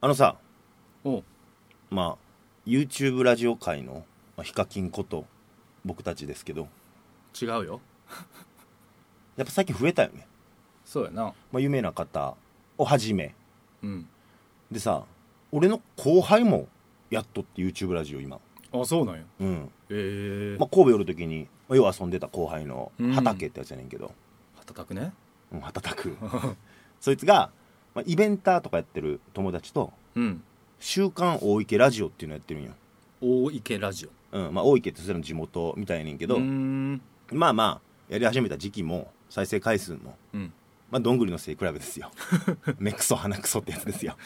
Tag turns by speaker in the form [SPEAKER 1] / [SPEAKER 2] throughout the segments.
[SPEAKER 1] あのさ
[SPEAKER 2] おう
[SPEAKER 1] まあ YouTube ラジオ界のまあヒカキンこと僕たちですけど
[SPEAKER 2] 違うよ
[SPEAKER 1] やっぱ最近増えたよね、
[SPEAKER 2] そうやな
[SPEAKER 1] まあ、有名な方をはじめ
[SPEAKER 2] うん
[SPEAKER 1] でさ俺の後輩もやっとって YouTube ラジオ今
[SPEAKER 2] あそうなんや
[SPEAKER 1] うん、
[SPEAKER 2] ええ
[SPEAKER 1] まあ、神戸寄る時にまあよう遊んでた後輩の
[SPEAKER 2] うん
[SPEAKER 1] 畑ってやつやねんけど、
[SPEAKER 2] 叩くね
[SPEAKER 1] うん、畑く そいつが、まあ、イベンターとかやってる友達と
[SPEAKER 2] うん
[SPEAKER 1] 「週刊大池ラジオ」っていうのやってるんよ、
[SPEAKER 2] 大池ラジオ
[SPEAKER 1] うんまあ、大池ってそれの地元みたいやねんけど、
[SPEAKER 2] うーん
[SPEAKER 1] まあまあやり始めた時期も再生回数も、
[SPEAKER 2] うん
[SPEAKER 1] まあ、どんぐりの背比べですよ目くそ鼻くそってやつですよ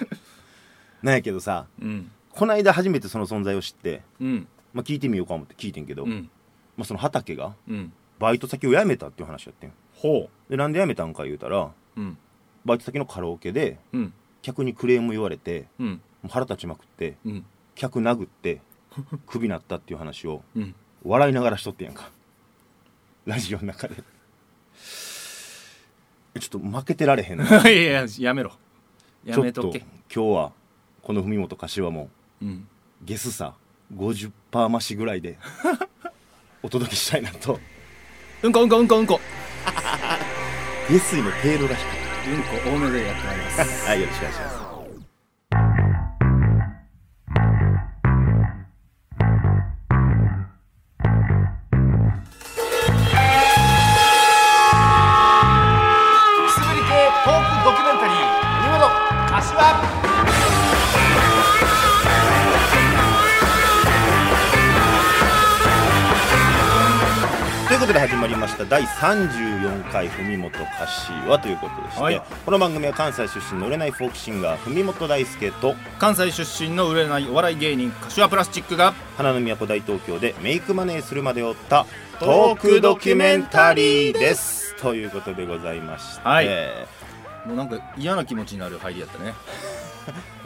[SPEAKER 1] なんやけどさ
[SPEAKER 2] うん
[SPEAKER 1] こないだ初めてその存在を知って、
[SPEAKER 2] うん
[SPEAKER 1] まあ、聞いてみようか思って聞いてんけど、
[SPEAKER 2] うん
[SPEAKER 1] まあ、その畑が
[SPEAKER 2] うん
[SPEAKER 1] バイト先を辞めたっていう話やってん
[SPEAKER 2] ほ
[SPEAKER 1] でなんで辞めたんか言うたら
[SPEAKER 2] ううん
[SPEAKER 1] バイト先のカラオケで
[SPEAKER 2] うん
[SPEAKER 1] 客にクレーム言われて
[SPEAKER 2] うん
[SPEAKER 1] もう腹立ちまくって
[SPEAKER 2] うん
[SPEAKER 1] 客殴ってクビなったっていう話を
[SPEAKER 2] うん
[SPEAKER 1] 笑いながらしとってんやんかラジオの中でえちょっと負けてられへんない
[SPEAKER 2] やいややめろやめと
[SPEAKER 1] ちょっと
[SPEAKER 2] け
[SPEAKER 1] 今日はこの文本柏も
[SPEAKER 2] うん
[SPEAKER 1] ゲスさ50%増しぐら いでお届けしたいなと
[SPEAKER 2] うんこうんこうんこうんこ
[SPEAKER 1] 下水の程度らしく
[SPEAKER 2] うんこ多めでやってまいります
[SPEAKER 1] はいよろしくお願いします
[SPEAKER 3] くすぶり系トークドキュメンタリー「海本柏」
[SPEAKER 1] ということで始まりました第34回文本柏ということでして、
[SPEAKER 2] はい
[SPEAKER 1] この番組は関西出身の売れないフォークシンガー文本大輔と
[SPEAKER 2] 関西出身の売れないお笑い芸人柏プラスチックが
[SPEAKER 1] 花の都大東京でメイクマネーするまでを追ったトークドキュメンタリーですということでございまして、
[SPEAKER 2] はいもうなんか嫌な気持ちになる入りやったね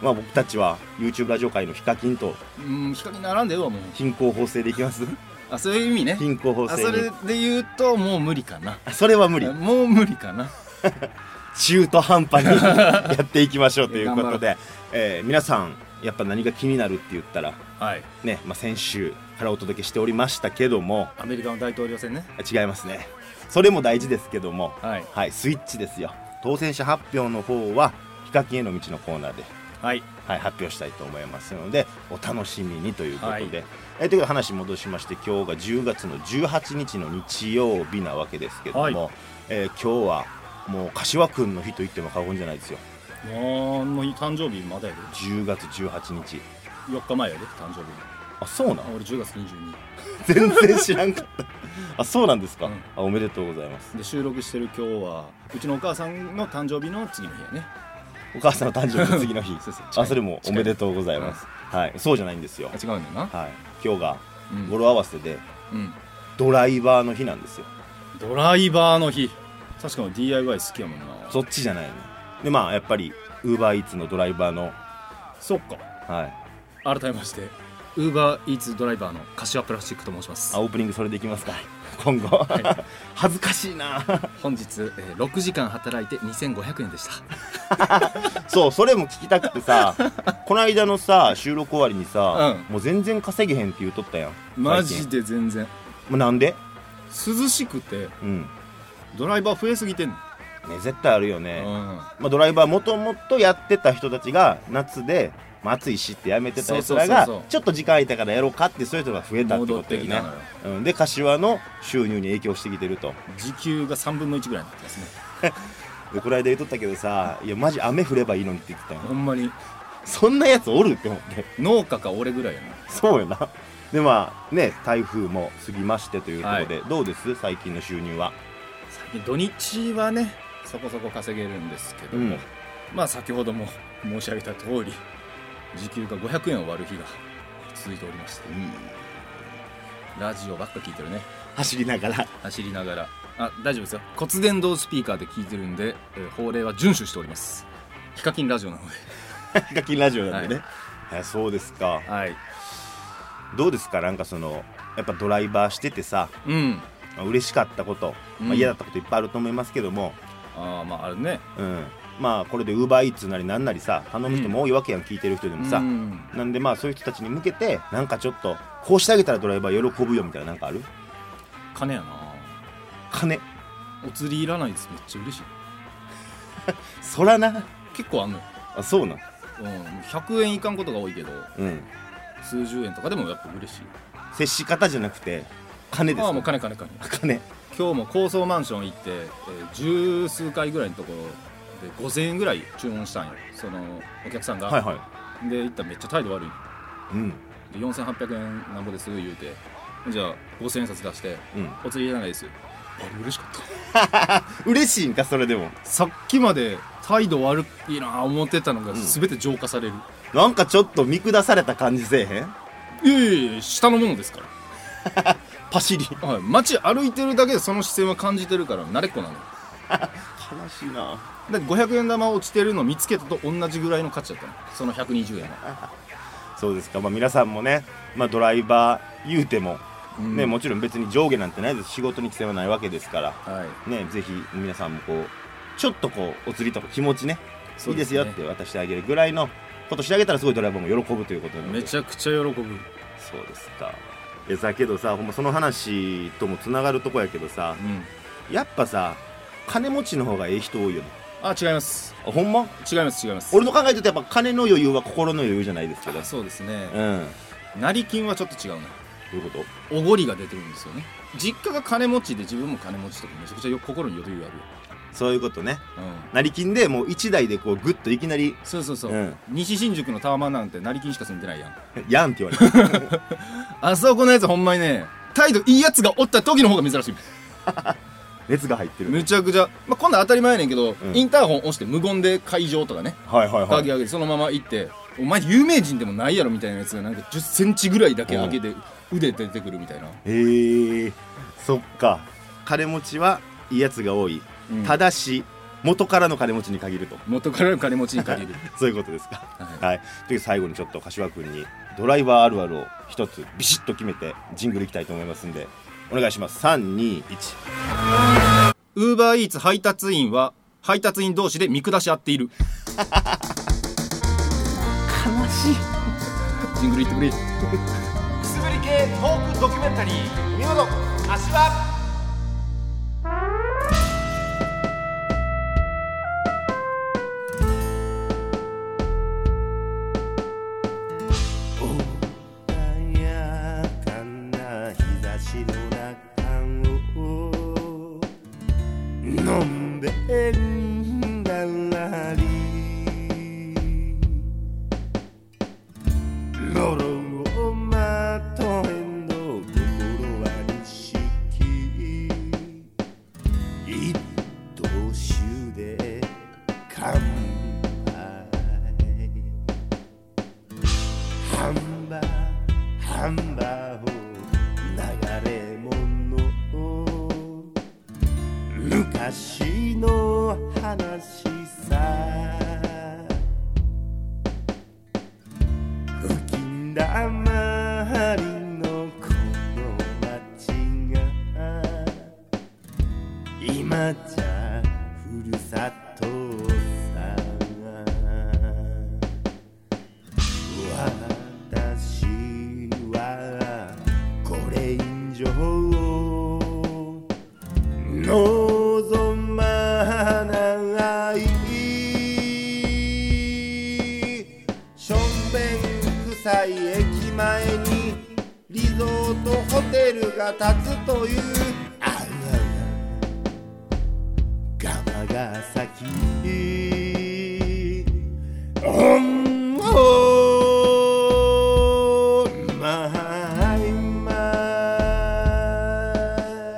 [SPEAKER 1] まあ、僕たちは YouTube ラジオ界のヒカキンと
[SPEAKER 2] うん光に並んでよもう
[SPEAKER 1] 貧困法制でいき ます
[SPEAKER 2] あそういう意味ね
[SPEAKER 1] 貧困法
[SPEAKER 2] あ
[SPEAKER 1] 制
[SPEAKER 2] そ
[SPEAKER 1] に
[SPEAKER 2] れで言うともう無理かな
[SPEAKER 1] あそれは無理
[SPEAKER 2] もう無理かな
[SPEAKER 1] 中途半端に やっていきましょうということ
[SPEAKER 2] い
[SPEAKER 1] で、えー皆さんやっぱ何が気になるって言ったら
[SPEAKER 2] はい
[SPEAKER 1] ね、まあ、先週からお届けしておりましたけども
[SPEAKER 2] アメリカの大統領選ね
[SPEAKER 1] 違いますねそれも大事ですけども
[SPEAKER 2] はい
[SPEAKER 1] はいスイッチですよ当選者発表の方はヒカキンへの道のコーナーで、
[SPEAKER 2] はい
[SPEAKER 1] はい、発表したいと思いますのでお楽しみにということで、えーということで話戻しまして今日が10月の18日の日曜日なわけですけども、
[SPEAKER 2] はい
[SPEAKER 1] えー今日はもう柏くんの日と言っても過言じゃないですよ
[SPEAKER 2] もうもう誕生日まだやで
[SPEAKER 1] 10月18日
[SPEAKER 2] 4日前やで誕生日
[SPEAKER 1] あそうな
[SPEAKER 2] あ
[SPEAKER 1] の
[SPEAKER 2] 俺10月22
[SPEAKER 1] 全然知らんかったあそうなんですか、
[SPEAKER 2] うん
[SPEAKER 1] あおめでとうございます
[SPEAKER 2] で収録してる今日はうちのお母さんの誕生日の次の日やね
[SPEAKER 1] お母さんの誕生日の次の日
[SPEAKER 2] そうそう
[SPEAKER 1] あそれもおめでとうございます、はい、そうじゃないんですよ、
[SPEAKER 2] 違うんだよな
[SPEAKER 1] はい、今日が
[SPEAKER 2] うん
[SPEAKER 1] 語呂合わせで
[SPEAKER 2] うん
[SPEAKER 1] ドライバーの日なんですよ
[SPEAKER 2] ドライバーの日確かに DIY 好きやもんな
[SPEAKER 1] そっちじゃないのでまあやっぱりウーバーイーツのドライバーの、
[SPEAKER 2] そっか
[SPEAKER 1] はい、
[SPEAKER 2] 改めましてウーバーイーツドライバーの柏プラスチックと申します
[SPEAKER 1] あオープニングそれでいきますか 今後、
[SPEAKER 2] い
[SPEAKER 1] 恥ずかしいな
[SPEAKER 2] 本日、えー、6時間働いて2500円でした
[SPEAKER 1] そうそれも聞きたくて さこの間のさ収録終わりにさ、
[SPEAKER 2] う
[SPEAKER 1] もう全然稼げへんって言うとったやん
[SPEAKER 2] マ
[SPEAKER 1] 最
[SPEAKER 2] ジ
[SPEAKER 1] 近
[SPEAKER 2] で全然
[SPEAKER 1] もうなんで
[SPEAKER 2] 涼しくて
[SPEAKER 1] うんね
[SPEAKER 2] ドライバー増えすぎてんの、
[SPEAKER 1] 絶対あるよね、
[SPEAKER 2] うん、
[SPEAKER 1] まあ、ドライバーもともとやってた人たちが夏で、まあ、暑いしってやめてたやつらが
[SPEAKER 2] そうそうそうそう
[SPEAKER 1] ちょっと時間空いたからやろうかってそういう人が増えたって
[SPEAKER 2] 戻
[SPEAKER 1] こ
[SPEAKER 2] っ
[SPEAKER 1] と
[SPEAKER 2] て
[SPEAKER 1] よ
[SPEAKER 2] きた
[SPEAKER 1] ね
[SPEAKER 2] のよ、
[SPEAKER 1] うん、で柏の収入に影響してきてると
[SPEAKER 2] 時給が3分の1ぐらいになってますね
[SPEAKER 1] でこの間言っとったけどさ「いやマジ雨降ればいいのに」って言ってた
[SPEAKER 2] ほ
[SPEAKER 1] よ
[SPEAKER 2] んまに
[SPEAKER 1] そんなやつおるって思って
[SPEAKER 2] 農家か俺ぐらいやな
[SPEAKER 1] そうよなでまあね台風も過ぎましてということで、どうです最近の収入は
[SPEAKER 2] 最近土日はねそこそこ稼げるんですけども、
[SPEAKER 1] うん
[SPEAKER 2] まあ先ほども申し上げた通り時給が500円を割る日が続いておりましてラジオばっか聞いてるね
[SPEAKER 1] 走りながら
[SPEAKER 2] 走りながらあ大丈夫ですよ骨伝導スピーカーで聞いてるんで、えー法令は遵守しておりますヒカキンラジオなので
[SPEAKER 1] ヒカキンラジオなんでね、えそうですか
[SPEAKER 2] はい
[SPEAKER 1] どうですかなんかそのやっぱドライバーしててさ
[SPEAKER 2] うん
[SPEAKER 1] まあ嬉しかったこと、ま
[SPEAKER 2] う
[SPEAKER 1] あ、
[SPEAKER 2] ん
[SPEAKER 1] 嫌だったこといっぱいあると思いますけども、
[SPEAKER 2] ああまああれね
[SPEAKER 1] うんまあこれでウーバーイーツなりなんなりさ頼む人も多いわけやん、聞いてる人でもさ、
[SPEAKER 2] うん
[SPEAKER 1] なんでまあそういう人たちに向けてなんかちょっとこうしてあげたらドライバー喜ぶよみたいななんかある
[SPEAKER 2] 金やな
[SPEAKER 1] 金
[SPEAKER 2] お釣りいらないですめっちゃ嬉しい
[SPEAKER 1] そらな
[SPEAKER 2] 結構あんのよ、
[SPEAKER 1] あそうなん
[SPEAKER 2] うん、100円いかんことが多いけど
[SPEAKER 1] うん
[SPEAKER 2] 数十円とかでもやっぱ嬉しい
[SPEAKER 1] 接し方じゃなくて金です
[SPEAKER 2] ああもう
[SPEAKER 1] か
[SPEAKER 2] 金金金
[SPEAKER 1] 金
[SPEAKER 2] 今日も高層マンション行って、えー十数回ぐらいのところで5000円ぐらい注文したんよそのお客さんが、
[SPEAKER 1] はいはい
[SPEAKER 2] で行ったらめっちゃ態度悪い
[SPEAKER 1] うん
[SPEAKER 2] で4800円なんぼですぐ言うてじゃあ5000円札出して
[SPEAKER 1] うん
[SPEAKER 2] お釣りいらないですあ嬉しかった
[SPEAKER 1] 嬉しいんかそれでも
[SPEAKER 2] さっきまで態度悪いなあ思ってたのが
[SPEAKER 1] ん
[SPEAKER 2] 全て浄化される、
[SPEAKER 1] なんかちょっと見下された感じせえへん
[SPEAKER 2] いやいやいや下のものですか
[SPEAKER 1] パシリ
[SPEAKER 2] ら、はい、街歩いてるだけでその視線は感じてるから慣れっこなの
[SPEAKER 1] 悲しいな
[SPEAKER 2] だって500円玉落ちてるの見つけたと同じぐらいの価値だったのその120円は、
[SPEAKER 1] そうですか、まあ、皆さんもね、まあ、ドライバー言うても、
[SPEAKER 2] うん
[SPEAKER 1] ね、もちろん別に上下なんてないです仕事に規制はないわけですから、
[SPEAKER 2] はい
[SPEAKER 1] ね、ぜひ皆さんもこうちょっとこうお釣りとか気持ちねい
[SPEAKER 2] そう
[SPEAKER 1] いですよって渡してあげるぐらいのことしてあげたらすごいドライバーも喜ぶということなので
[SPEAKER 2] めちゃくちゃ喜ぶ
[SPEAKER 1] そうですかえだけどさほんまその話ともつながるとこやけどさ
[SPEAKER 2] うん
[SPEAKER 1] やっぱさ金持ちの方がええ人多いよね
[SPEAKER 2] あ違います
[SPEAKER 1] あほんま
[SPEAKER 2] 違います違います
[SPEAKER 1] 俺の考えとってやっぱ金の余裕は心の余裕じゃないですけど
[SPEAKER 2] あそうですね
[SPEAKER 1] うん
[SPEAKER 2] 成金はちょっと違うね
[SPEAKER 1] どういうこと
[SPEAKER 2] おごりが出てるんですよね実家が金持ちで自分も金持ちとかめちゃくちゃよ心に余裕あるよ
[SPEAKER 1] そういうことね
[SPEAKER 2] うん
[SPEAKER 1] 成金でもう1台でこうグッといきなり
[SPEAKER 2] そうそうそう、
[SPEAKER 1] うん
[SPEAKER 2] 西新宿のタワマンなんて成金しか住んでないやん
[SPEAKER 1] 「やん」って言われ た
[SPEAKER 2] あそこのやつほんまにね態度いいやつがおった時の方が珍しい
[SPEAKER 1] 熱が入ってる
[SPEAKER 2] めちゃくちゃ、まあ、こんなん当たり前やねんけど、
[SPEAKER 1] うん
[SPEAKER 2] インターホン押して無言で会場とかね
[SPEAKER 1] はいはいは
[SPEAKER 2] 鍵
[SPEAKER 1] い
[SPEAKER 2] 開けてそのまま行ってお前有名人でもないやろみたいなやつがなんか1 0センチぐらいだけ開けて腕出てくるみたいな、
[SPEAKER 1] えー、そっか金持ちはいいやつが多い、
[SPEAKER 2] うん
[SPEAKER 1] ただし元からの金持ちに限ると
[SPEAKER 2] 元からの金持ちに限 る
[SPEAKER 1] そういうことですか
[SPEAKER 2] は
[SPEAKER 1] はいという最後にちょっと柏君にドライバーあるあるを一つビシッと決めてジングルいきたいと思いますんでお願いします321
[SPEAKER 2] ウーバーイーツ配達員は配達員同士で見下し合っている
[SPEAKER 1] 悲しい
[SPEAKER 2] ジングル言って
[SPEAKER 3] く
[SPEAKER 2] く
[SPEAKER 3] すぶり系トークドキュメンタリー「見事柏」
[SPEAKER 4] 穏やかな日差しの中を飲んでんだらりロロをまとえんの心は錦一等酒で乾杯ハンバーハンバーを流れ物昔の話さ吹きだまりのこの街が今じゃふるさとさ私はこれ以上望まないしょんべん臭い駅前にリゾートホテルが建つというあららが崎恩をまいま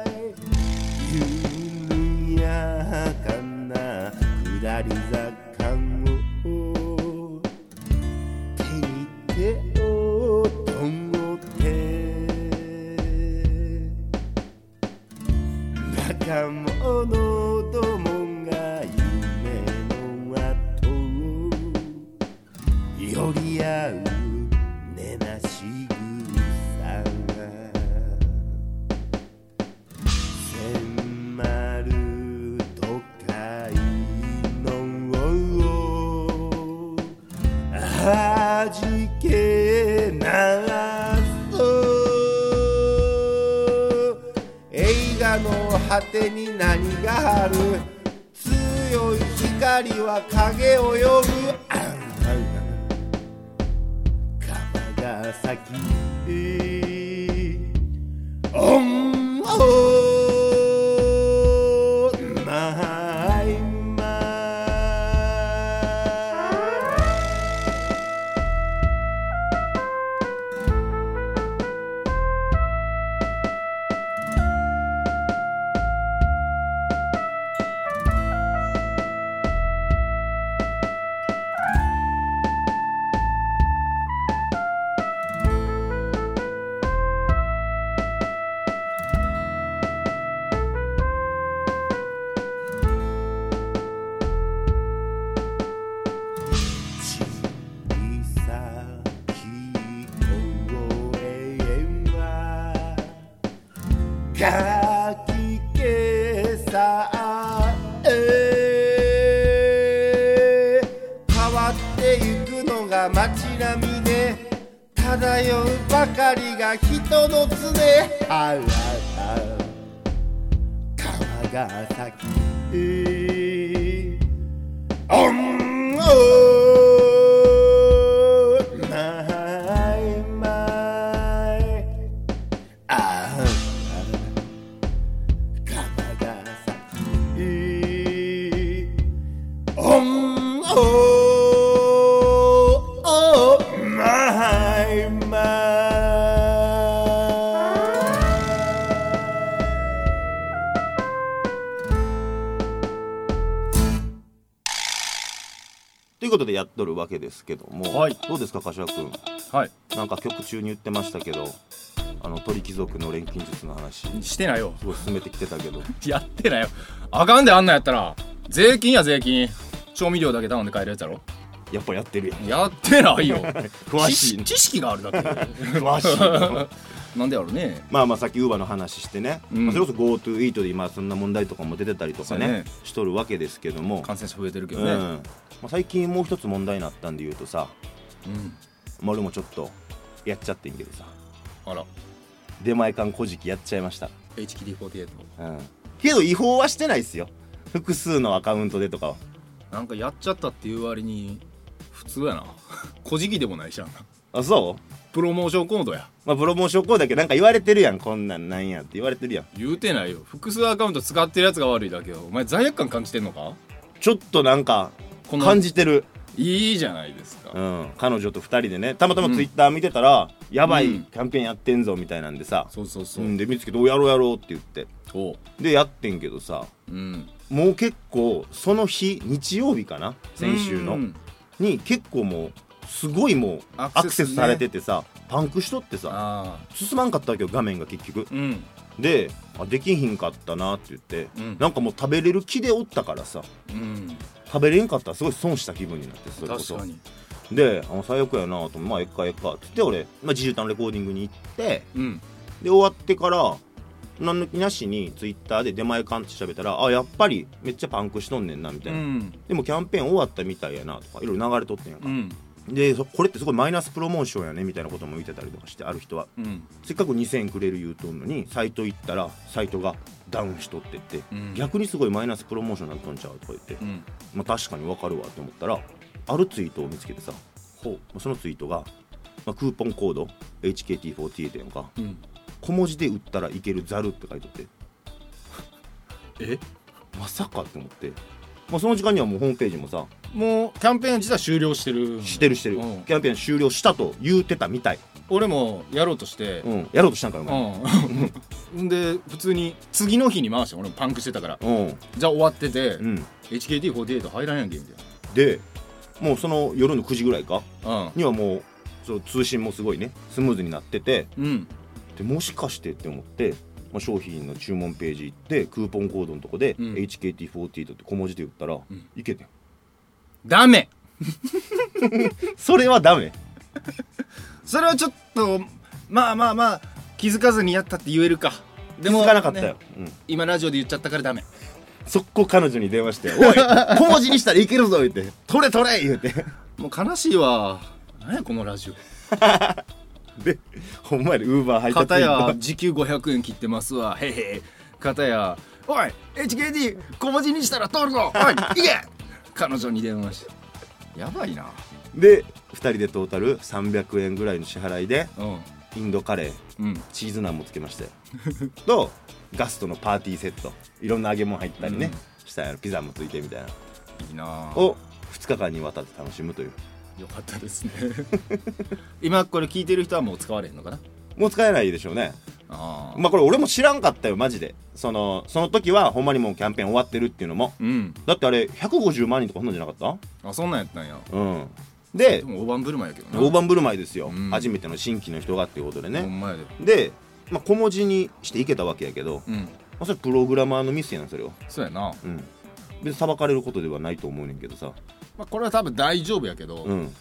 [SPEAKER 4] い緩やかな下り坂を手に手をともって仲間のどもが夢の後を寄り合う根なし草が迫る都会のはじけなそう映画の果てに何がある強い光は影を呼ぶあんたが川が先オンオンマイマイ小さき公園はかき消さえ変わってゆくのが街並みで漂うばかりが人の常あらら川が咲きオンオーマイマイああ川が咲きオンオーマイマイ
[SPEAKER 1] ということでやっとるわけですけども、
[SPEAKER 2] はい
[SPEAKER 1] どうですか柏君
[SPEAKER 2] はい
[SPEAKER 1] なんか曲中に言ってましたけどあの鳥貴族の錬金術の話す
[SPEAKER 2] してないよ
[SPEAKER 1] ごい進めてきてたけど
[SPEAKER 2] やってないよあかんであんなんやったら税金や税金調味料だけ頼んで買えるやつやろ
[SPEAKER 1] やっぱやってるやん
[SPEAKER 2] やってないよ
[SPEAKER 1] 詳
[SPEAKER 2] 知
[SPEAKER 1] しい
[SPEAKER 2] 識知識があるだけで
[SPEAKER 1] 詳しいな
[SPEAKER 2] なんでやろうね
[SPEAKER 1] まあまあさっきウーバーの話してね、
[SPEAKER 2] うん
[SPEAKER 1] まあそれこそ GoTo イートで今そんな問題とかも出てたりとかね
[SPEAKER 2] そうやね
[SPEAKER 1] しとるわけですけども、
[SPEAKER 2] 感染者増えてるけ
[SPEAKER 1] う
[SPEAKER 2] ど
[SPEAKER 1] ん
[SPEAKER 2] ね、
[SPEAKER 1] まあ、最近もう一つ問題になったんで言うとさ、
[SPEAKER 2] うん
[SPEAKER 1] まあ、俺もちょっとやっちゃってんけどさ
[SPEAKER 2] あら
[SPEAKER 1] 出前館古事記やっちゃいました、
[SPEAKER 2] HKD48
[SPEAKER 1] うん、けど違法はしてないっすよ複数のアカウントでとかは
[SPEAKER 2] なんかやっちゃったっていう割に普通やな 小じきでもないしゃん
[SPEAKER 1] あそう
[SPEAKER 2] プロモーションコードや
[SPEAKER 1] まあ、プロモーションコードだけどなんか言われてるやんこんなんなんやって言われてるやん
[SPEAKER 2] 言うてないよ複数アカウント使ってるやつが悪いだけよお前罪悪感感じてんのか
[SPEAKER 1] ちょっとなんか
[SPEAKER 2] この
[SPEAKER 1] 感じてる、
[SPEAKER 2] いいじゃないですか
[SPEAKER 1] うん、彼女と2人でねたまたまツイッター見てたら、やばい
[SPEAKER 2] うん
[SPEAKER 1] キャンペーンやってんぞみたいなんでさ、
[SPEAKER 2] そうそうそうう、
[SPEAKER 1] ん、で見つけて「おやろうやろう」って言って
[SPEAKER 2] おう
[SPEAKER 1] でやってんけどさ
[SPEAKER 2] うん
[SPEAKER 1] もう結構その日日曜日かな先週の、
[SPEAKER 2] うん
[SPEAKER 1] に結構もうすごいもう
[SPEAKER 2] アクセスね
[SPEAKER 1] アクセスされててさパンクしとってさ
[SPEAKER 2] ああ
[SPEAKER 1] 進まんかったわけよ画面が結局
[SPEAKER 2] うん
[SPEAKER 1] であできひんかったなって言って、
[SPEAKER 2] うん
[SPEAKER 1] なんかもう食べれる気でおったからさ
[SPEAKER 2] うん
[SPEAKER 1] 食べれんかったらすごい損した気分になってそれこそ
[SPEAKER 2] 確かに
[SPEAKER 1] であ最悪やなと思ってまあえっかえっかって言って俺、まあ、自由端レコーディングに行って
[SPEAKER 2] うん
[SPEAKER 1] で終わってから何の気なしにツイッターで出前館って喋ったらあやっぱりめっちゃパンクしとんねんなみた
[SPEAKER 2] う
[SPEAKER 1] いな、
[SPEAKER 2] ん
[SPEAKER 1] でもキャンペーン終わったみたいやなとかいろいろ流れとってんやんか、
[SPEAKER 2] うん
[SPEAKER 1] でそこれってすごいマイナスプロモーションやねみたいなことも言ってたりとかしてある人は
[SPEAKER 2] うん
[SPEAKER 1] せっかく2000円くれる言うとんのにサイト行ったらサイトがダウンしとってって、
[SPEAKER 2] うん
[SPEAKER 1] 逆にすごいマイナスプロモーションになっとんちゃうとか言って、
[SPEAKER 2] うん
[SPEAKER 1] まあ、確かにわかるわと思ったらあるツイートを見つけてさ
[SPEAKER 2] ほ
[SPEAKER 1] そのツイートが、まあ、クーポンコード HKT48 やんか
[SPEAKER 2] ううん
[SPEAKER 1] 小文字で売ったらいけるざるって書いとって
[SPEAKER 2] え
[SPEAKER 1] まさかって思って、まあ、その時間にはもうホームページもさ
[SPEAKER 2] もうキャンペーン自体終了してる
[SPEAKER 1] してるしてる、
[SPEAKER 2] うん
[SPEAKER 1] キャンペーン終了したと言うてたみたい、
[SPEAKER 2] 俺もやろうとして
[SPEAKER 1] うん、やろうとしたんかお前
[SPEAKER 2] うん で普通に次の日に回して俺もパンクしてたから
[SPEAKER 1] うん
[SPEAKER 2] じゃあ終わってて、
[SPEAKER 1] うん
[SPEAKER 2] HKT48 入らんやんけみたい
[SPEAKER 1] でもうその夜の9時ぐらいか
[SPEAKER 2] な
[SPEAKER 1] にはもうそう通信もすごいねスムーズになってて
[SPEAKER 2] うんうん
[SPEAKER 1] でもしかしてって思って、まあ、商品の注文ページ行ってクーポンコードのとこで、
[SPEAKER 2] うん
[SPEAKER 1] HKT48 って小文字で打ったら、
[SPEAKER 2] ん
[SPEAKER 1] いけてん
[SPEAKER 2] ダメ
[SPEAKER 1] それはダメ
[SPEAKER 2] それはちょっとまあまあまあ気づかずにやったって言えるかで
[SPEAKER 1] 気づかなかったよ、
[SPEAKER 2] ね
[SPEAKER 1] うん、
[SPEAKER 2] 今ラジオで言っちゃったからダメ
[SPEAKER 1] 速攻彼女に 電話して「おい小文字にしたらいけるぞ」言って「取れ取れ」言うて
[SPEAKER 2] もう悲しいわ何やこのラジ
[SPEAKER 1] でほんまやでウーバー配
[SPEAKER 2] オ
[SPEAKER 1] 達
[SPEAKER 2] 片
[SPEAKER 1] 員
[SPEAKER 2] や時給500円切ってますわへいへい片やおい HKD 小文字にしたら通るぞおい行け彼女に電話してやばいな
[SPEAKER 1] で2人でトータル300円ぐらいの支払いで
[SPEAKER 2] うん
[SPEAKER 1] インドカレー
[SPEAKER 2] うん
[SPEAKER 1] チーズナンもつけましたよ とガストのパーティーセットいろんな揚げ物入ったりね、したやろピザもついてみたいない
[SPEAKER 2] いなあ
[SPEAKER 1] を2日間にわたって楽しむという
[SPEAKER 2] よかったですね 今これ聞いてる人はもう使われへんのかな
[SPEAKER 1] もう使えないでしょうね
[SPEAKER 2] ああ
[SPEAKER 1] まあこれ俺も知らんかったよマジでそのその時はほんまにもうキャンペーン終わってるっていうのも
[SPEAKER 2] うん
[SPEAKER 1] だってあれ150万人とかそんなんじゃなかっ
[SPEAKER 2] あそんなんやったんや
[SPEAKER 1] たうん
[SPEAKER 2] で
[SPEAKER 1] で
[SPEAKER 2] も大盤振る舞いやけどな
[SPEAKER 1] 大盤振る舞いですよ、
[SPEAKER 2] うん
[SPEAKER 1] 初めての新規の人がっていうことで
[SPEAKER 2] ほ
[SPEAKER 1] ね、
[SPEAKER 2] んまやで
[SPEAKER 1] で、まあ、小文字にしていけたわけやけど、ま
[SPEAKER 2] うん
[SPEAKER 1] あ、それプログラマーのミスやなそれは
[SPEAKER 2] そうやな、ま
[SPEAKER 1] うん別に裁かれることではないと思うねんけどさ
[SPEAKER 2] あ、これは多分大丈夫やけど、
[SPEAKER 1] うん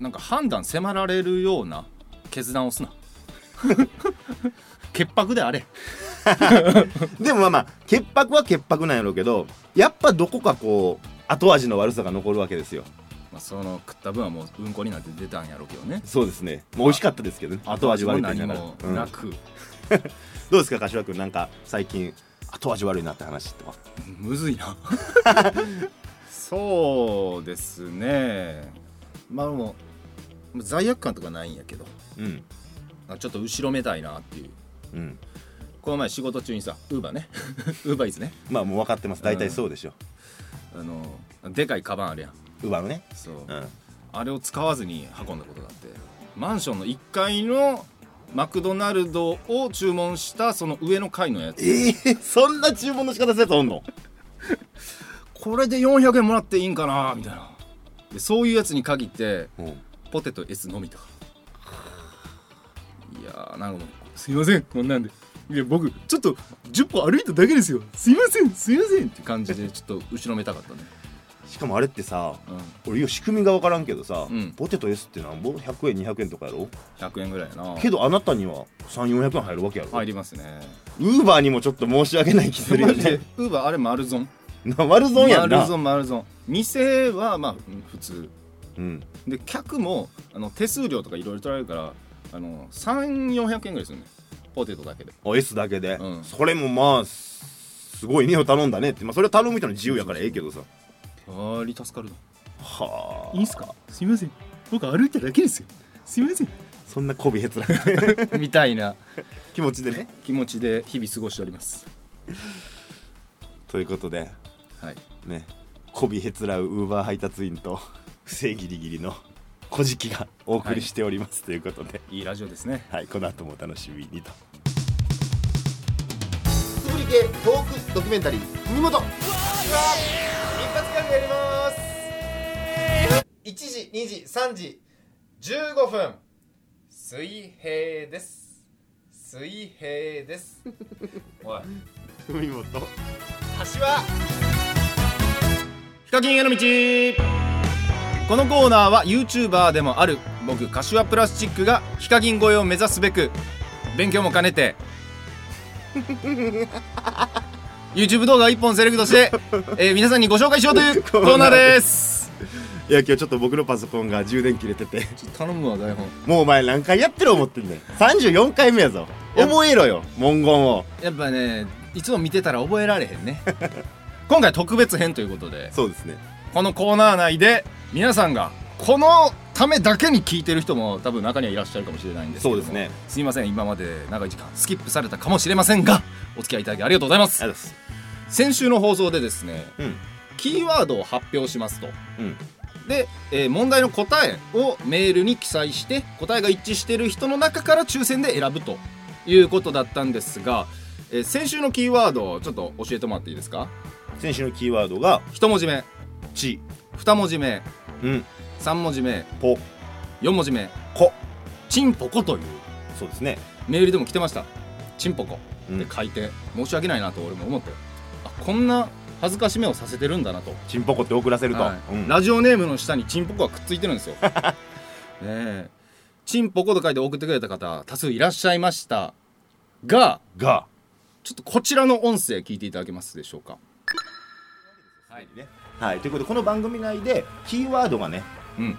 [SPEAKER 2] なんか判断迫られるような決断 をすな潔白であれ
[SPEAKER 1] でもまあまあ潔白は潔白なんやろうけどやっぱどこかこう後味の悪さが残るわけですよ
[SPEAKER 2] まあその食った分はもううんこになって出たんやろうけどね
[SPEAKER 1] そうですね、まあ、美味しかったですけどね後味悪い
[SPEAKER 2] 何
[SPEAKER 1] な
[SPEAKER 2] も
[SPEAKER 1] うん
[SPEAKER 2] なく、
[SPEAKER 1] どうですか柏君なんか最近後味悪いなって話とか
[SPEAKER 2] むずいな そうですねまあでも罪悪感とかないんやけど
[SPEAKER 1] うん
[SPEAKER 2] あちょっと後ろめたいなっていう
[SPEAKER 1] うん
[SPEAKER 2] この前仕事中にさウーバーね ウーバーイーツね
[SPEAKER 1] まあもう分かってます大体そうでしょ
[SPEAKER 2] あのでかいカバンあるやん
[SPEAKER 1] う馬のね
[SPEAKER 2] そう、
[SPEAKER 1] うん
[SPEAKER 2] あれを使わずに運んだことがあってマンションの1階のマクドナルドを注文したその上の階のやつ
[SPEAKER 1] ええそんな注文の仕方するやつおんの
[SPEAKER 2] これで400円もらっていいんかなみたいなでそういうやつに限ってポテト S のみとかいやーなんかもうすいませんこんなんでいや僕ちょっと10歩歩いただけですよすいませんすいませんって感じでちょっと後ろめたかったね
[SPEAKER 1] しかもあれってさ
[SPEAKER 2] う
[SPEAKER 1] 俺よう仕組みが分からんけどさ、
[SPEAKER 2] うん
[SPEAKER 1] ポテト S ってなんぼ100円200円とかやろ
[SPEAKER 2] ん100円ぐらいやな
[SPEAKER 1] けどあなたには3400円入るわけやろ、
[SPEAKER 2] 入りますね
[SPEAKER 1] ウーバーにもちょっと申し訳ない気するよね
[SPEAKER 2] ウーバーあれ丸損
[SPEAKER 1] な丸損やんな
[SPEAKER 2] 丸損丸損店はまあうん普通
[SPEAKER 1] うん、
[SPEAKER 2] で客もあの手数料とかいろいろ取られるからあの3400円ぐらいするねポテトだけで
[SPEAKER 1] あ S だけで、
[SPEAKER 2] うん
[SPEAKER 1] それもまあすすごいねを頼んだねって、まあ、それは頼む人の自由やからええけどさ
[SPEAKER 2] あり助かるな
[SPEAKER 1] はあ
[SPEAKER 2] いいんすかすいません僕歩いただけですよすいません
[SPEAKER 1] そんな媚びへつらい
[SPEAKER 2] みたいな
[SPEAKER 1] 気持ちでね
[SPEAKER 2] 気持ちで日々過ごしております
[SPEAKER 1] ということで
[SPEAKER 2] はい
[SPEAKER 1] ね媚びへつらうウーバー配達員と不正ギリギリの「古事記」がお送りしております、ということで、
[SPEAKER 2] いいラジオですね
[SPEAKER 1] はい、この後もお楽しみにと
[SPEAKER 4] つぶり系トークドキュメンタリー国
[SPEAKER 3] 一
[SPEAKER 4] 本
[SPEAKER 3] 発ギャグやります1時2時3時15分水平です水平です おい
[SPEAKER 1] 海本
[SPEAKER 3] 橋は
[SPEAKER 2] ヒカキンへの道このコーナーは YouTuber でもある僕柏プラスチックがヒカキン越えを目指すべく勉強も兼ね て YouTube 動画1本セレクトして、えー皆さんにご紹介しようと いうコーナーです
[SPEAKER 1] いや今日ちょっと僕のパソコンが充電切れてて
[SPEAKER 2] 頼むわ台本
[SPEAKER 1] もうお前何回やってる思ってんだよ34回目やぞ
[SPEAKER 2] や
[SPEAKER 1] 覚えろよ文言を
[SPEAKER 2] やっぱねいつも見てたら覚えられへんね今回特別編ということで
[SPEAKER 1] そうですね
[SPEAKER 2] このコーナー内で皆さんがこのためだけに聞いてる人も多分中にはいらっしゃるかもしれないんですけども
[SPEAKER 1] そうですね
[SPEAKER 2] すいません今まで長い時間スキップされたかもしれませんがお付き合いいただきありがとうございます
[SPEAKER 1] ありがとうございます
[SPEAKER 2] 先週の放送でですね
[SPEAKER 1] うん
[SPEAKER 2] キーワードを発表しますと
[SPEAKER 1] うん
[SPEAKER 2] で、えー問題の答えをメールに記載して答えが一致している人の中から抽選で選ぶということだったんですが、えー先週のキーワードをちょっと教えてもらっていいですか
[SPEAKER 1] 先週のキーワードが
[SPEAKER 2] 一文字目
[SPEAKER 1] 「ち」
[SPEAKER 2] 二文字目
[SPEAKER 1] うん
[SPEAKER 2] 三文字目
[SPEAKER 1] 「ぽ
[SPEAKER 2] 四文字目」
[SPEAKER 1] 「こ
[SPEAKER 2] 「ちんぽこ」という」
[SPEAKER 1] そうですね
[SPEAKER 2] メールでも来てました「ちんぽこ」
[SPEAKER 1] うん
[SPEAKER 2] で書いて、申し訳ないなと俺も思ってあこんな恥ずかしめをさせてるんだなと
[SPEAKER 1] 「ちんぽこ」って送らせると、
[SPEAKER 2] はい
[SPEAKER 1] うん、
[SPEAKER 2] ラジオネームの下にチンポコがくっついてるんですよ ねえチンポコと書いて送ってくれた方多数いらっしゃいましたが
[SPEAKER 1] が
[SPEAKER 2] ちょっとこちらの音声聞いていただけますでしょうか
[SPEAKER 1] はい、ということでこの番組内でキーワードがね
[SPEAKER 2] うん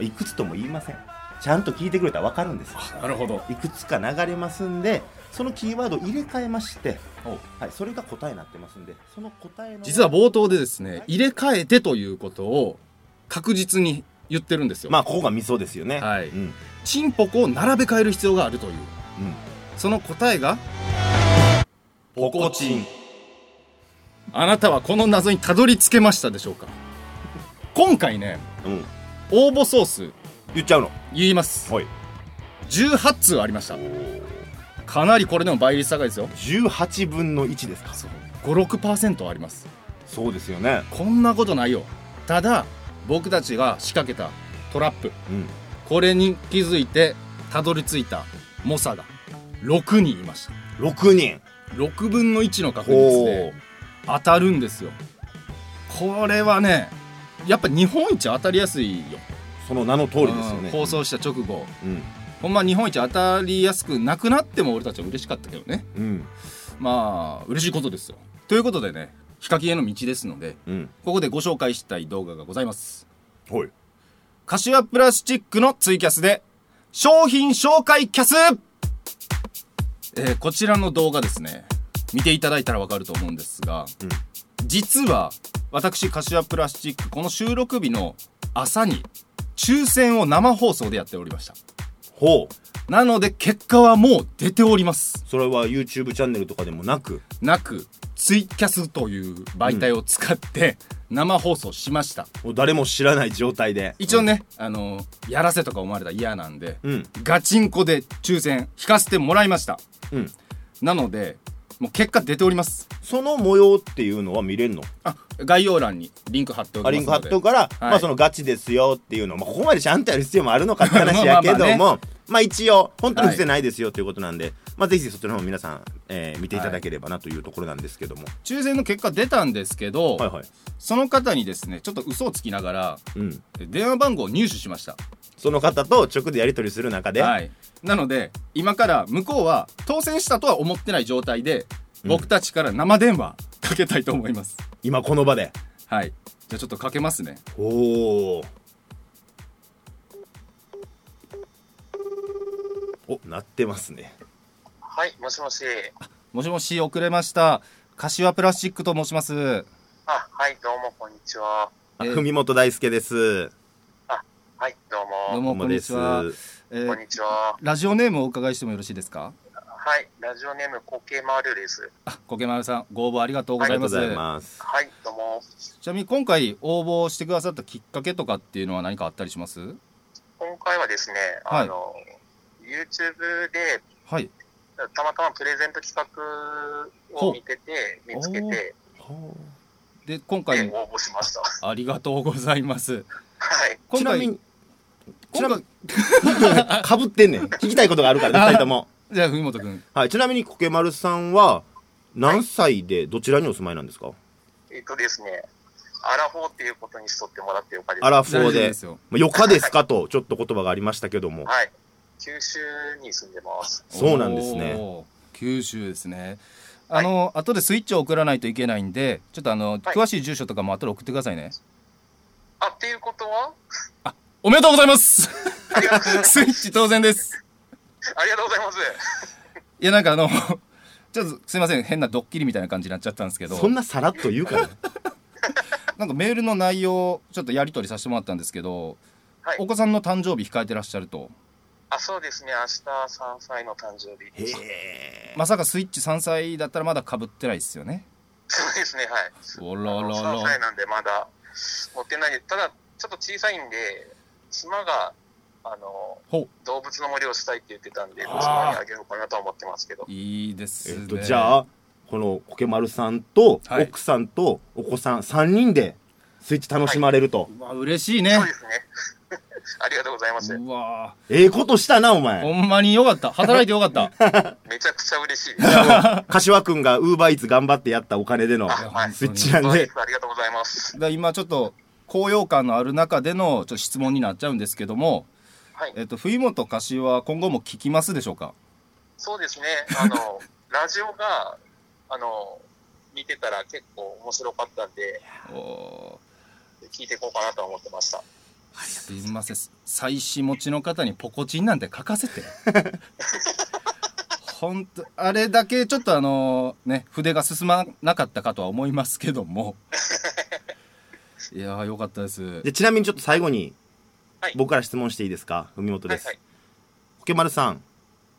[SPEAKER 1] いくつとも言いませんちゃんと聞いてくれたら分かるんです
[SPEAKER 2] なるほど
[SPEAKER 1] いくつか流れますんでそのキーワードを入れ替えまして、
[SPEAKER 2] お
[SPEAKER 1] はい、それが答えになってますんでその答えの
[SPEAKER 2] 実は冒頭でですね入れ替えてということを確実に言ってるんですよ、
[SPEAKER 1] まあここがミソですよね
[SPEAKER 2] はい
[SPEAKER 1] うん
[SPEAKER 2] チンポコを並べ替える必要があるという
[SPEAKER 1] うん
[SPEAKER 2] その答えが
[SPEAKER 1] ポコチン
[SPEAKER 2] あなたはこの謎にたどり着けましたでしょうか今回ね
[SPEAKER 1] うん
[SPEAKER 2] 応募総数
[SPEAKER 1] 言っちゃうの
[SPEAKER 2] 言います
[SPEAKER 1] はい
[SPEAKER 2] 18通ありましたかなりこれでも倍率高いですよ
[SPEAKER 1] 18分の1ですか
[SPEAKER 2] 56%あります
[SPEAKER 1] そうですよね
[SPEAKER 2] こんなことないよただ僕たちが仕掛けたトラップ
[SPEAKER 1] うん
[SPEAKER 2] これに気づいてたどり着いた猛者が6人いました
[SPEAKER 1] 6人
[SPEAKER 2] 6分の1の確率
[SPEAKER 1] お
[SPEAKER 2] で当たるんですよこれはねやっぱ日本一当たりやすいよ
[SPEAKER 1] その名の通りですよ
[SPEAKER 2] うん
[SPEAKER 1] ね
[SPEAKER 2] 放送した直後
[SPEAKER 1] うん
[SPEAKER 2] ほんま日本一当たりやすくなくなっても俺たちは嬉しかったけどね
[SPEAKER 1] うん
[SPEAKER 2] まあ嬉しいことですよということでねヒカキンへの道ですので
[SPEAKER 1] うん
[SPEAKER 2] ここでご紹介したい動画がございます
[SPEAKER 1] はい
[SPEAKER 2] 柏プラスチックのツイキャスで商品紹介キャス、えーこちらの動画ですね見ていただいたらわかると思うんですが、実は私柏プラスチックこの収録日の朝に抽選を生放送でやっておりました
[SPEAKER 1] ほう
[SPEAKER 2] なので結果はもう出ております
[SPEAKER 1] それは YouTube チャンネルとかでもなく
[SPEAKER 2] なくツイキャスという媒体を使って生放送しました、
[SPEAKER 1] もう誰も知らない状態で
[SPEAKER 2] 一応ね、あのやらせとか思われたら嫌なんで、
[SPEAKER 1] うん
[SPEAKER 2] ガチンコで抽選引かせてもらいました
[SPEAKER 1] うん
[SPEAKER 2] なのでもう結果出ております
[SPEAKER 1] その模様っていうのは見れるの
[SPEAKER 2] あ概要欄にリンク貼っておき
[SPEAKER 1] あ
[SPEAKER 2] ますので
[SPEAKER 1] リンク貼っとくから、まあそのガチですよっていうの、まあ、ここまでちゃんとやる必要もあるのかって話やけども
[SPEAKER 2] まあ
[SPEAKER 1] まあ
[SPEAKER 2] ま
[SPEAKER 1] 一応本当に癖ないですよということなんで、まあぜひそちらの方皆さん、えー見ていただければなというところなんですけども、
[SPEAKER 2] 抽選の結果出たんですけど、
[SPEAKER 1] はい、はい
[SPEAKER 2] その方にですねちょっと嘘をつきながら
[SPEAKER 1] うん
[SPEAKER 2] 電話番号を入手しました
[SPEAKER 1] その方と直でやり取りする中で、
[SPEAKER 2] はい、なので今から向こうは当選したとは思ってない状態で僕たちから生電話かけたいと思います、
[SPEAKER 1] 今この場で
[SPEAKER 2] はいじゃあちょっとかけますね
[SPEAKER 1] おーお鳴ってますね
[SPEAKER 5] はい、もしもし。
[SPEAKER 2] もしもし遅れました柏プラスチックと申します
[SPEAKER 5] あ、はい、どうも、こんにちは。
[SPEAKER 1] あ
[SPEAKER 2] えー
[SPEAKER 1] 文本大輔です
[SPEAKER 5] はい、どう
[SPEAKER 2] どう
[SPEAKER 5] も。
[SPEAKER 2] もこんにちは
[SPEAKER 1] どうもです
[SPEAKER 2] え
[SPEAKER 5] こん
[SPEAKER 2] ー
[SPEAKER 5] にちは。
[SPEAKER 2] ラジオネームをお伺いしてもよろしいですか
[SPEAKER 5] はい、ラジオネーム、コケマルです。
[SPEAKER 2] あ、コケマルさんご応募ありがとうご
[SPEAKER 1] あり
[SPEAKER 2] ざ
[SPEAKER 1] が
[SPEAKER 2] い
[SPEAKER 1] とうご
[SPEAKER 2] ます,、
[SPEAKER 1] ざいます
[SPEAKER 5] はい、どうも。
[SPEAKER 2] ちなみに今回応募してくださったきっかけとかっていうのは何かあったりします
[SPEAKER 5] 今回はですね、
[SPEAKER 2] はい
[SPEAKER 5] あの、YouTube で、
[SPEAKER 2] はい
[SPEAKER 5] たまたまプレゼント企画を見てて、
[SPEAKER 2] う
[SPEAKER 5] 見つけて、
[SPEAKER 1] ほう
[SPEAKER 2] で今
[SPEAKER 5] で
[SPEAKER 2] 回、
[SPEAKER 5] 応募しました。
[SPEAKER 2] ありがとうございます
[SPEAKER 5] はい。
[SPEAKER 2] 今
[SPEAKER 1] ちなみ
[SPEAKER 2] 回
[SPEAKER 1] にちな
[SPEAKER 2] 今
[SPEAKER 1] み
[SPEAKER 2] 回
[SPEAKER 1] にかぶってんね ん聞きたいことがあるからね二人とも、
[SPEAKER 2] じゃあ文本君
[SPEAKER 1] はい、ちなみにコケマルさんは何歳でどちらにお住まいなんですか
[SPEAKER 5] えっとですね、アラフォーっていうことにしとってもらってよかです。
[SPEAKER 1] アラ
[SPEAKER 5] フ
[SPEAKER 1] フォー
[SPEAKER 2] 大丈夫
[SPEAKER 1] で
[SPEAKER 2] ですよ
[SPEAKER 1] まあよかですかとちょっと言葉がありましたけども
[SPEAKER 5] はい。九州に住んでます。
[SPEAKER 1] そうなんですね
[SPEAKER 2] おー九州ですねあの、後でスイッチを送らないといけないんでちょっとあの、詳しい住所とかも後で送ってくださいね
[SPEAKER 5] あ、っていうことは
[SPEAKER 2] おめでとうございます
[SPEAKER 5] ありがとうございます。
[SPEAKER 2] スイッチ当選です
[SPEAKER 5] ありがとうございます。
[SPEAKER 2] いやなんかあのちょっとすいません変なドッキリみたいな感じになっちゃったんですけ ど
[SPEAKER 1] そんなさらっと言うから
[SPEAKER 2] なんかメールの内容ちょっとやり取りさせてもらったんですけど、
[SPEAKER 5] はい
[SPEAKER 2] お子さんの誕生日控えてらっしゃると
[SPEAKER 5] あ、そうですね。明日3歳の誕生日。
[SPEAKER 1] へえ
[SPEAKER 2] まさかスイッチ3歳だったらまだかぶってないですよね
[SPEAKER 5] そうですね。はい。
[SPEAKER 2] おららら
[SPEAKER 5] 3歳なんでまだ持ってないで、ただちょっと小さいんで、妻があの
[SPEAKER 2] ほ
[SPEAKER 5] 動物の森をしたいって言ってたんで、
[SPEAKER 2] あー
[SPEAKER 5] 妻にあげようかなとは思ってますけど
[SPEAKER 2] う。いいですね
[SPEAKER 1] っとじゃあこのコケマルさんと
[SPEAKER 2] はい
[SPEAKER 1] 奥さんとお子さん3人でスイッチ楽しまれると、
[SPEAKER 2] うわ嬉しいね
[SPEAKER 5] そうですね。 ありがとうございます。
[SPEAKER 2] うわ
[SPEAKER 1] ええことしたなお前
[SPEAKER 2] ほんまによかった働いてよかった
[SPEAKER 5] めちゃくちゃ嬉しいです。
[SPEAKER 1] 柏君がウーバーイーツ頑張ってやったお金での
[SPEAKER 5] あはい
[SPEAKER 1] スイッチなん
[SPEAKER 5] 本当で
[SPEAKER 1] です
[SPEAKER 5] ありがとうございます。
[SPEAKER 2] で今ちょっと高揚感のある中でのちょっと質問になっちゃうんですけども、
[SPEAKER 5] はい
[SPEAKER 2] えっと、冬本柏は今後も聞きますでしょうか
[SPEAKER 5] そうですね。あのラジオがあの見てたら結構面白かったんで、
[SPEAKER 2] おー
[SPEAKER 5] 聞いていこうかなとは思ってました。
[SPEAKER 2] すいません妻子持ちの方にポコチンなんて書かせ てほんとあれだけちょっとあのね筆が進まなかったかとは思いますけどもいやーよかったです
[SPEAKER 1] でちなみにちょっと最後に、
[SPEAKER 5] はい
[SPEAKER 1] 僕から質問していいですか文元
[SPEAKER 5] は
[SPEAKER 1] で
[SPEAKER 5] い
[SPEAKER 1] す、
[SPEAKER 5] はい。
[SPEAKER 1] ポケマルさん、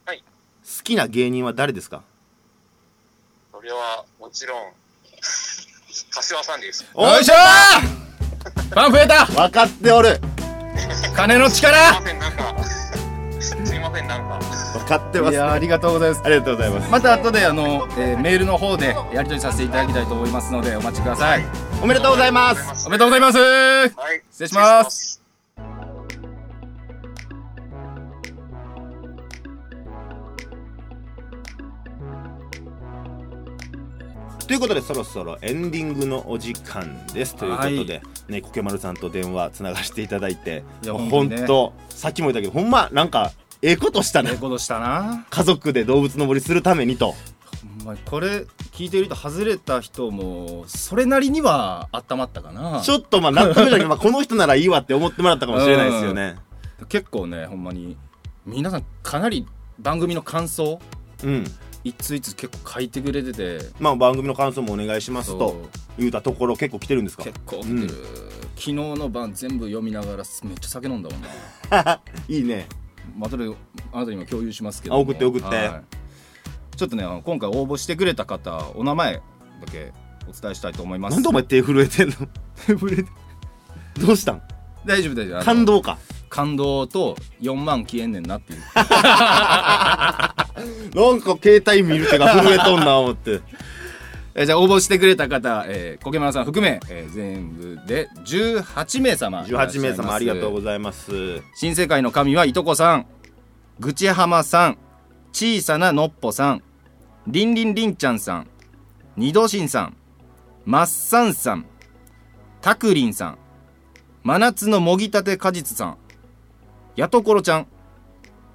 [SPEAKER 5] はい
[SPEAKER 1] 好きな芸人は誰ですか
[SPEAKER 5] それはもちろん、柏さんです。
[SPEAKER 2] よいしょーファン増えた
[SPEAKER 1] 分かっておる
[SPEAKER 2] 金の力
[SPEAKER 5] すいません、なんか、すいません、なんか、
[SPEAKER 1] 分かってます
[SPEAKER 2] いやーありがとうございます
[SPEAKER 1] ありがとうございます
[SPEAKER 2] また後であの、えーメールの方でやり取りさせていただきたいと思いますのでお待ちください
[SPEAKER 1] おめでとうございます
[SPEAKER 2] おめでとうございます
[SPEAKER 5] はい。
[SPEAKER 2] 失礼します
[SPEAKER 5] す。
[SPEAKER 1] ということでそろそろエンディングのお時間ですということで、ねこけまるさんと電話つながしていただいて
[SPEAKER 2] いや
[SPEAKER 1] もう本
[SPEAKER 2] 本当
[SPEAKER 1] 当、
[SPEAKER 2] にね
[SPEAKER 1] さっきも言ったけどほんまなんかええことした
[SPEAKER 2] ええ
[SPEAKER 1] ね
[SPEAKER 2] ことしたな
[SPEAKER 1] 家族で動物の森するためにと
[SPEAKER 2] ほんまにこれ聞いてると外れた人もそれなりには温まったかな
[SPEAKER 1] ちょっとまあ納得じゃ ないけど、まあ、この人ならいいわって思ってもらったかもしれないですよね
[SPEAKER 2] 結構ねほんまに皆さんかなり番組の感想
[SPEAKER 1] うん
[SPEAKER 2] いついつ結構書いてくれてて
[SPEAKER 1] まあ番組の感想もお願いします
[SPEAKER 2] そ
[SPEAKER 1] と言うたところ結構来てるんですか
[SPEAKER 2] 結構来てる、
[SPEAKER 1] うん
[SPEAKER 2] 昨日の晩全部読みながらめっちゃ酒飲んだもんな
[SPEAKER 1] いいね
[SPEAKER 2] またであなたにも共有しますけど
[SPEAKER 1] あ
[SPEAKER 2] も
[SPEAKER 1] 送って送って
[SPEAKER 2] はいちょっとねあの今回応募してくれた方お名前だけお伝えしたいと思います
[SPEAKER 1] なんでお前手震えてんの手震えてどうしたん
[SPEAKER 2] 大丈夫大丈夫あの
[SPEAKER 1] 感動か
[SPEAKER 2] 感動と4万消えんねんなっていう
[SPEAKER 1] なんか携帯見る手が震えとんな思って
[SPEAKER 2] えーじゃあ応募してくれた方、えー、コケマラさん含め、えー全部で18名様
[SPEAKER 1] 18名 様ありがとうご
[SPEAKER 2] ざいます
[SPEAKER 1] ざいます
[SPEAKER 2] 新世界の神はいとこさんぐちはまさん小さなのっぽさんりんりんりんちゃんさん二度しんさんまっさんさんたくりんさん真夏のもぎたて果実さんやところちゃん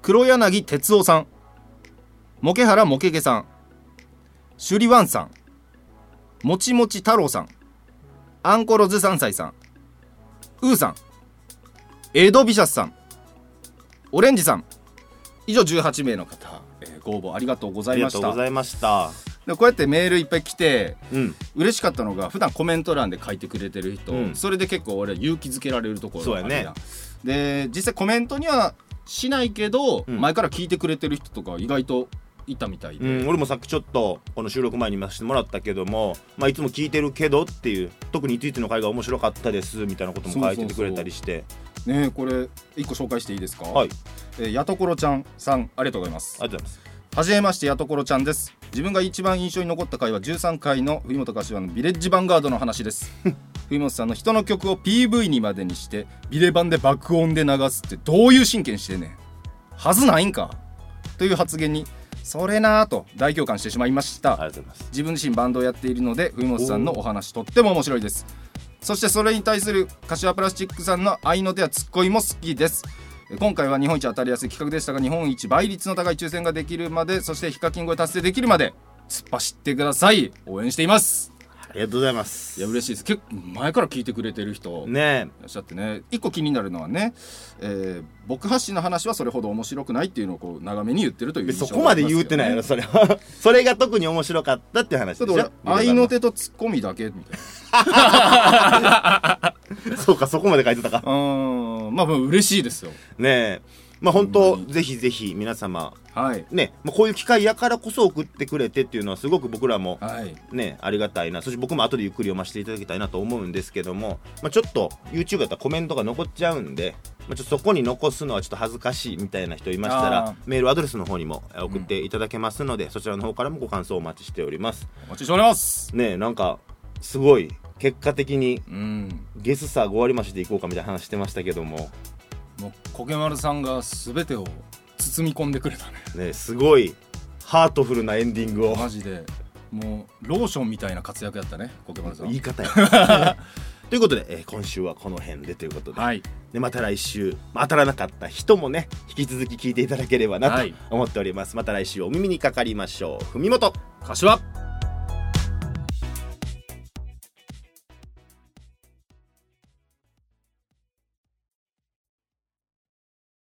[SPEAKER 2] 黒柳哲夫さんもけはらもけげさんしゅりわんさんもちもち太郎さんアンコロズ三歳さんうーさんエドビシャスさんオレンジさん以上18名の方、えーご応募ありがとうご
[SPEAKER 1] あ
[SPEAKER 2] ざい
[SPEAKER 1] り
[SPEAKER 2] ま
[SPEAKER 1] がと
[SPEAKER 2] し
[SPEAKER 1] う
[SPEAKER 2] た
[SPEAKER 1] ございました
[SPEAKER 2] でこうやってメールいっぱい来て
[SPEAKER 1] うん
[SPEAKER 2] 嬉しかったのが普段コメント欄で書いてくれてる人、
[SPEAKER 1] うん
[SPEAKER 2] それで結構俺は勇気づけられるところがあるやん
[SPEAKER 1] そ
[SPEAKER 2] で実際コメントにはしないけど、
[SPEAKER 1] うん
[SPEAKER 2] 前から聞いてくれてる人とか意外といたみたいで、
[SPEAKER 1] うん、俺もさっきちょっとこの収録前に見させてもらったけども、まあ、いつも聞いてるけどっていう特にいついつの回が面白かったですみたいなことも書いててくれたりして
[SPEAKER 2] ねえこれ一個紹介していいですか、
[SPEAKER 1] はい
[SPEAKER 2] えーやところちゃんさんありがとうございます
[SPEAKER 1] ありがとうございます
[SPEAKER 2] はじめましてやところちゃんです自分が一番印象に残った回は13回の冬本柏のビレッジヴァンガードの話です冬本さんの人の曲を PV にまでにしてビレ版で爆音で流すってどういう神経してんねんはずないんかという発言にそれなぁと大共感してしまいました、
[SPEAKER 1] ありがとうございます
[SPEAKER 2] 自分自身バンドをやっているので文本さんのお話とっても面白いですそしてそれに対する柏プラスチックさんの愛の手やツッコミも好きです今回は日本一当たりやすい企画でしたが日本一倍率の高い抽選ができるまでそしてヒカキン超え達成できるまで突っ走ってください応援しています
[SPEAKER 1] ありがとうございます
[SPEAKER 2] いや嬉しいです結構前から聞いてくれてる人
[SPEAKER 1] ね
[SPEAKER 2] いらっしゃってね一個気になるのはね、えー僕発信の話はそれほど面白くないっていうのをこう長めに言ってるという
[SPEAKER 1] え
[SPEAKER 2] 印象
[SPEAKER 1] そこまで言うてないやろそれは それが特に面白かったっていう話
[SPEAKER 2] ちょ
[SPEAKER 1] で
[SPEAKER 2] っ
[SPEAKER 1] し
[SPEAKER 2] と俺
[SPEAKER 1] ょ
[SPEAKER 2] 愛の手とツッコミだけみたいな
[SPEAKER 1] そうかそこまで書いてたか
[SPEAKER 2] うーんまあまあ嬉しいですよ
[SPEAKER 1] ねえまあ本当ぜひぜひ皆様
[SPEAKER 2] はい
[SPEAKER 1] ね、まあ、こういう機会やからこそ送ってくれてっていうのはすごく僕らも
[SPEAKER 2] はい
[SPEAKER 1] ね、ありがたいなそして僕も後でゆっくり読ませていただきたいなと思うんですけども、まあ、ちょっと YouTube だったらコメントが残っちゃうんで、まあ、ちょっとそこに残すのはちょっと恥ずかしいみたいな人いました
[SPEAKER 2] あー
[SPEAKER 1] らメールアドレスの方にもえ送っていただけますので、そちらの方からもご感想お待ちしております
[SPEAKER 2] お待ちしております
[SPEAKER 1] ねえなんかすごい結果的に
[SPEAKER 2] うん
[SPEAKER 1] ゲスさ5割増しでいこうかみたいな話してましたけども
[SPEAKER 2] もうコケマルさんが全てを包み込んでくれたね
[SPEAKER 1] ねえすごいハートフルなエンディングを
[SPEAKER 2] マジでもうローションみたいな活躍やったねコケマルさん
[SPEAKER 1] 言い方やということで、えー今週はこの辺でということで、
[SPEAKER 2] はい
[SPEAKER 1] でまた来週まあ当たらなかった人もね引き続き聞いていただければな
[SPEAKER 2] は
[SPEAKER 1] と
[SPEAKER 2] い
[SPEAKER 1] 思っております、また来週お耳にかかりましょう文元
[SPEAKER 2] 柏